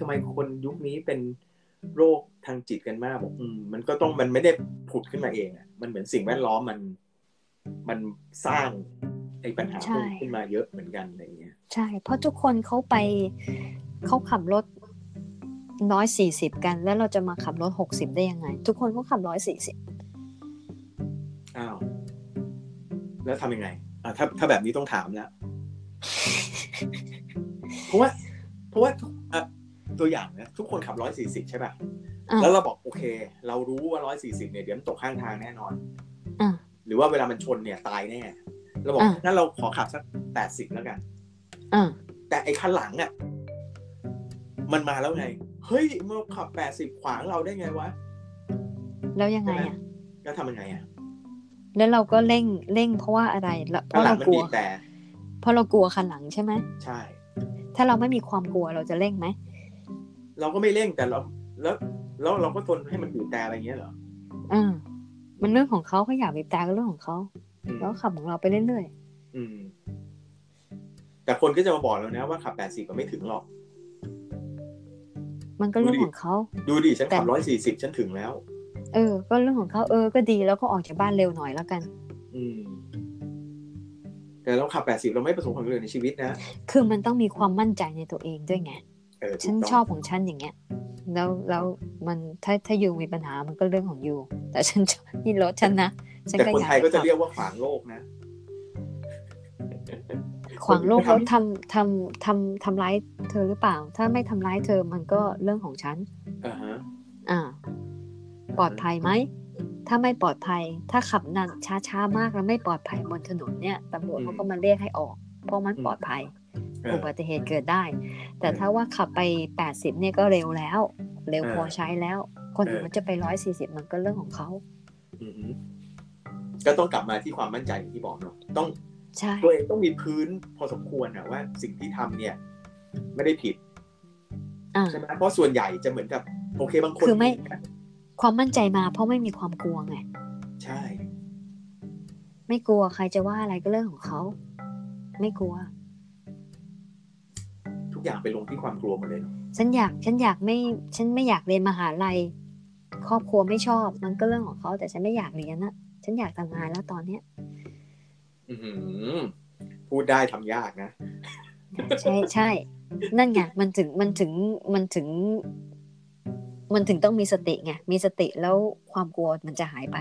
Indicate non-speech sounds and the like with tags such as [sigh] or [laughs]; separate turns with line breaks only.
ทำไมคนยุคนี้เป็นโรคทางจิตกันมากบอกอืมมันก็ต้องมันไม่ได้ผุดขึ้นมาเองอะมันเหมือนสิ่งแวดล้อมมันมันสร้างไอ้ปัญหาพวกนี้
ใช่
ขึ้นมาเยอะเหมือนกันอะไรเงี้ย
ใช่ เพราะทุกคนเขาไปเขาขับรถน้อยสี่สิบกัน แล้วเราจะมาขับรถหกสิบได้ยังไง ทุกคนก็ขับร้อยสี่สิบ
อ้าว แล้วทำยังไงอ่ะถ้าถ้าแบบนี้ต้องถาม
[laughs]
แล้ว เพราะว่า เพราะว่าทุกอ่ะตัวอย่างนะทุกคนขับร้อยสี่สิบใช่ป่ะ
อ่ะ
แล้วเราบอกโอเค เรารู้ว่าร้อยสี่สิบเนี่ยเดี๋ยวมันตกข้างทางแน่นอน
อ่ะ
หรือว่าเวลามันชนเนี่ยตายแน่เราบอก
อ่ะ
งั้นเราขอขับสักแปดสิบแล้วกัน
อ่ะ
แต่ไอ้คันหลังอ่ะมันมาแล้วไง เฮ้ยมันขับแปดสิบ80 ขวางเราได้ไงวะ
แล้วยังไงอ่ะ
แล้วทำยังไงอ่ะ
แล้วเราก็เร่งเร่งเพราะว่าอะไรละเพ
คันห
ราะ
ลัง
เรา
มัน
กลั
บี
ว
บแต่
เพราะเรากลัวคันหลังใช่ไหม
ใช่
ถ้าเราไม่มีความกลัวเราจะเร่งไหม
เราก็ไม่เร่งแต่เราแล้วแล้วเราก็ทนให้มันบีบแต่อะไรอย่างเงี้ยเหรอ
อ่ามันเรื่องของเขาเขาอยากบีบแต่ก็เรื่องของเขา
อืม
แล้วขับของเราไปเรื่อย
อืม แต่คนก็จะมาบอกเรานะว่าขับแปดสิบก็ไม่ถึงหรอก
ๆมันก็เรื่องของเขา
ดูดิฉันขับ
แต่
ร้อยสี่สิบฉันถึงแล้ว
เออ ก็เรื่องของเขาเออก็ดีแล้วก็ออกจากบ้านเร็วหน่อยแล้วกัน
อืม แต่เราขับแปดสิบเราไม่ประสบความสำเร็จในชีวิตนะ
คือมันต้องมีความมั่นใจในตัวเองด้วยไง
เออถู
ฉัน
กต้อง
ชอบของฉันอย่างเงี้ย แล้วแล้วมันถ้าถ้ายูมีปัญหามันก็เรื่องของยูแต่ฉันชอบนี่รถฉันนะฉัน
แต่ค
ก็
น
อยาก
ไทยก็จะ
ขับ
เรียกว่าขวางโลกนะ
ขวางโลก
คน
เขา
อื่นก็ทำ
ทำทำทำทำร้ายเธอหรือเปล่า ถ้าไม่ทำร้ายเธอมันก็เรื่องของฉัน
อ่าฮะ
อ่า ปลอดภัยไหม ถ้าไม่ปลอดภัย ถ้าขับนานช้าๆมากแล้วไม่ปลอดภัยบนถนนเนี่ยตำรวจเขาก็มาเรียกให้ออก เพราะมันปลอดภัย
เออ
อุบัติเหตุเกิดได้ แต่
เออ
ถ้าว่าขับไป 80 เนี่ยก็เร็วแล้ว เร็ว
เออ
พอใช้แล้ว คนอื่น
เออ
มันจะไป 140 มันก็เรื่องของเขา
อือฮึก็ต้องกลับมาที่ความมั่นใจอย่างที่บอกเนาะต้อง
ใช่
ตัวเองต้องมีพื้นพอสมควรอะว่าสิ่งที่ทำเนี่ย ไม่ได้ผิด
อ่า
ใช่ไหมเพราะส่วนใหญ่จะเหมือนกับ โอเคบางคน
คือไม่ ความมั่นใจมาเพราะไม่มีความกลัวไง
ใช่
ไม่กลัวใครจะว่าอะไรก็เรื่องของเขา ไม่กลัว
ทุกอย่างไปลงที่ความกลัวหมดเลยเนาะ
ฉันอยาก ฉันอยากไม่ ฉันไม่อยากเรียนมหาลัย ครอบครัวไม่ชอบ มันก็เรื่องของเขา แต่ฉันไม่อยากเรียนนะฉันอยากทำงานแล้วตอนเนี้ย
อื้อหือพูดได้ทำยากนะ
ใช่ใช่ นั่นไง มันถึง มันถึง มันถึง มันถึงต้องมีสติไง มีสติแล้วความกลัวมันจะหายไป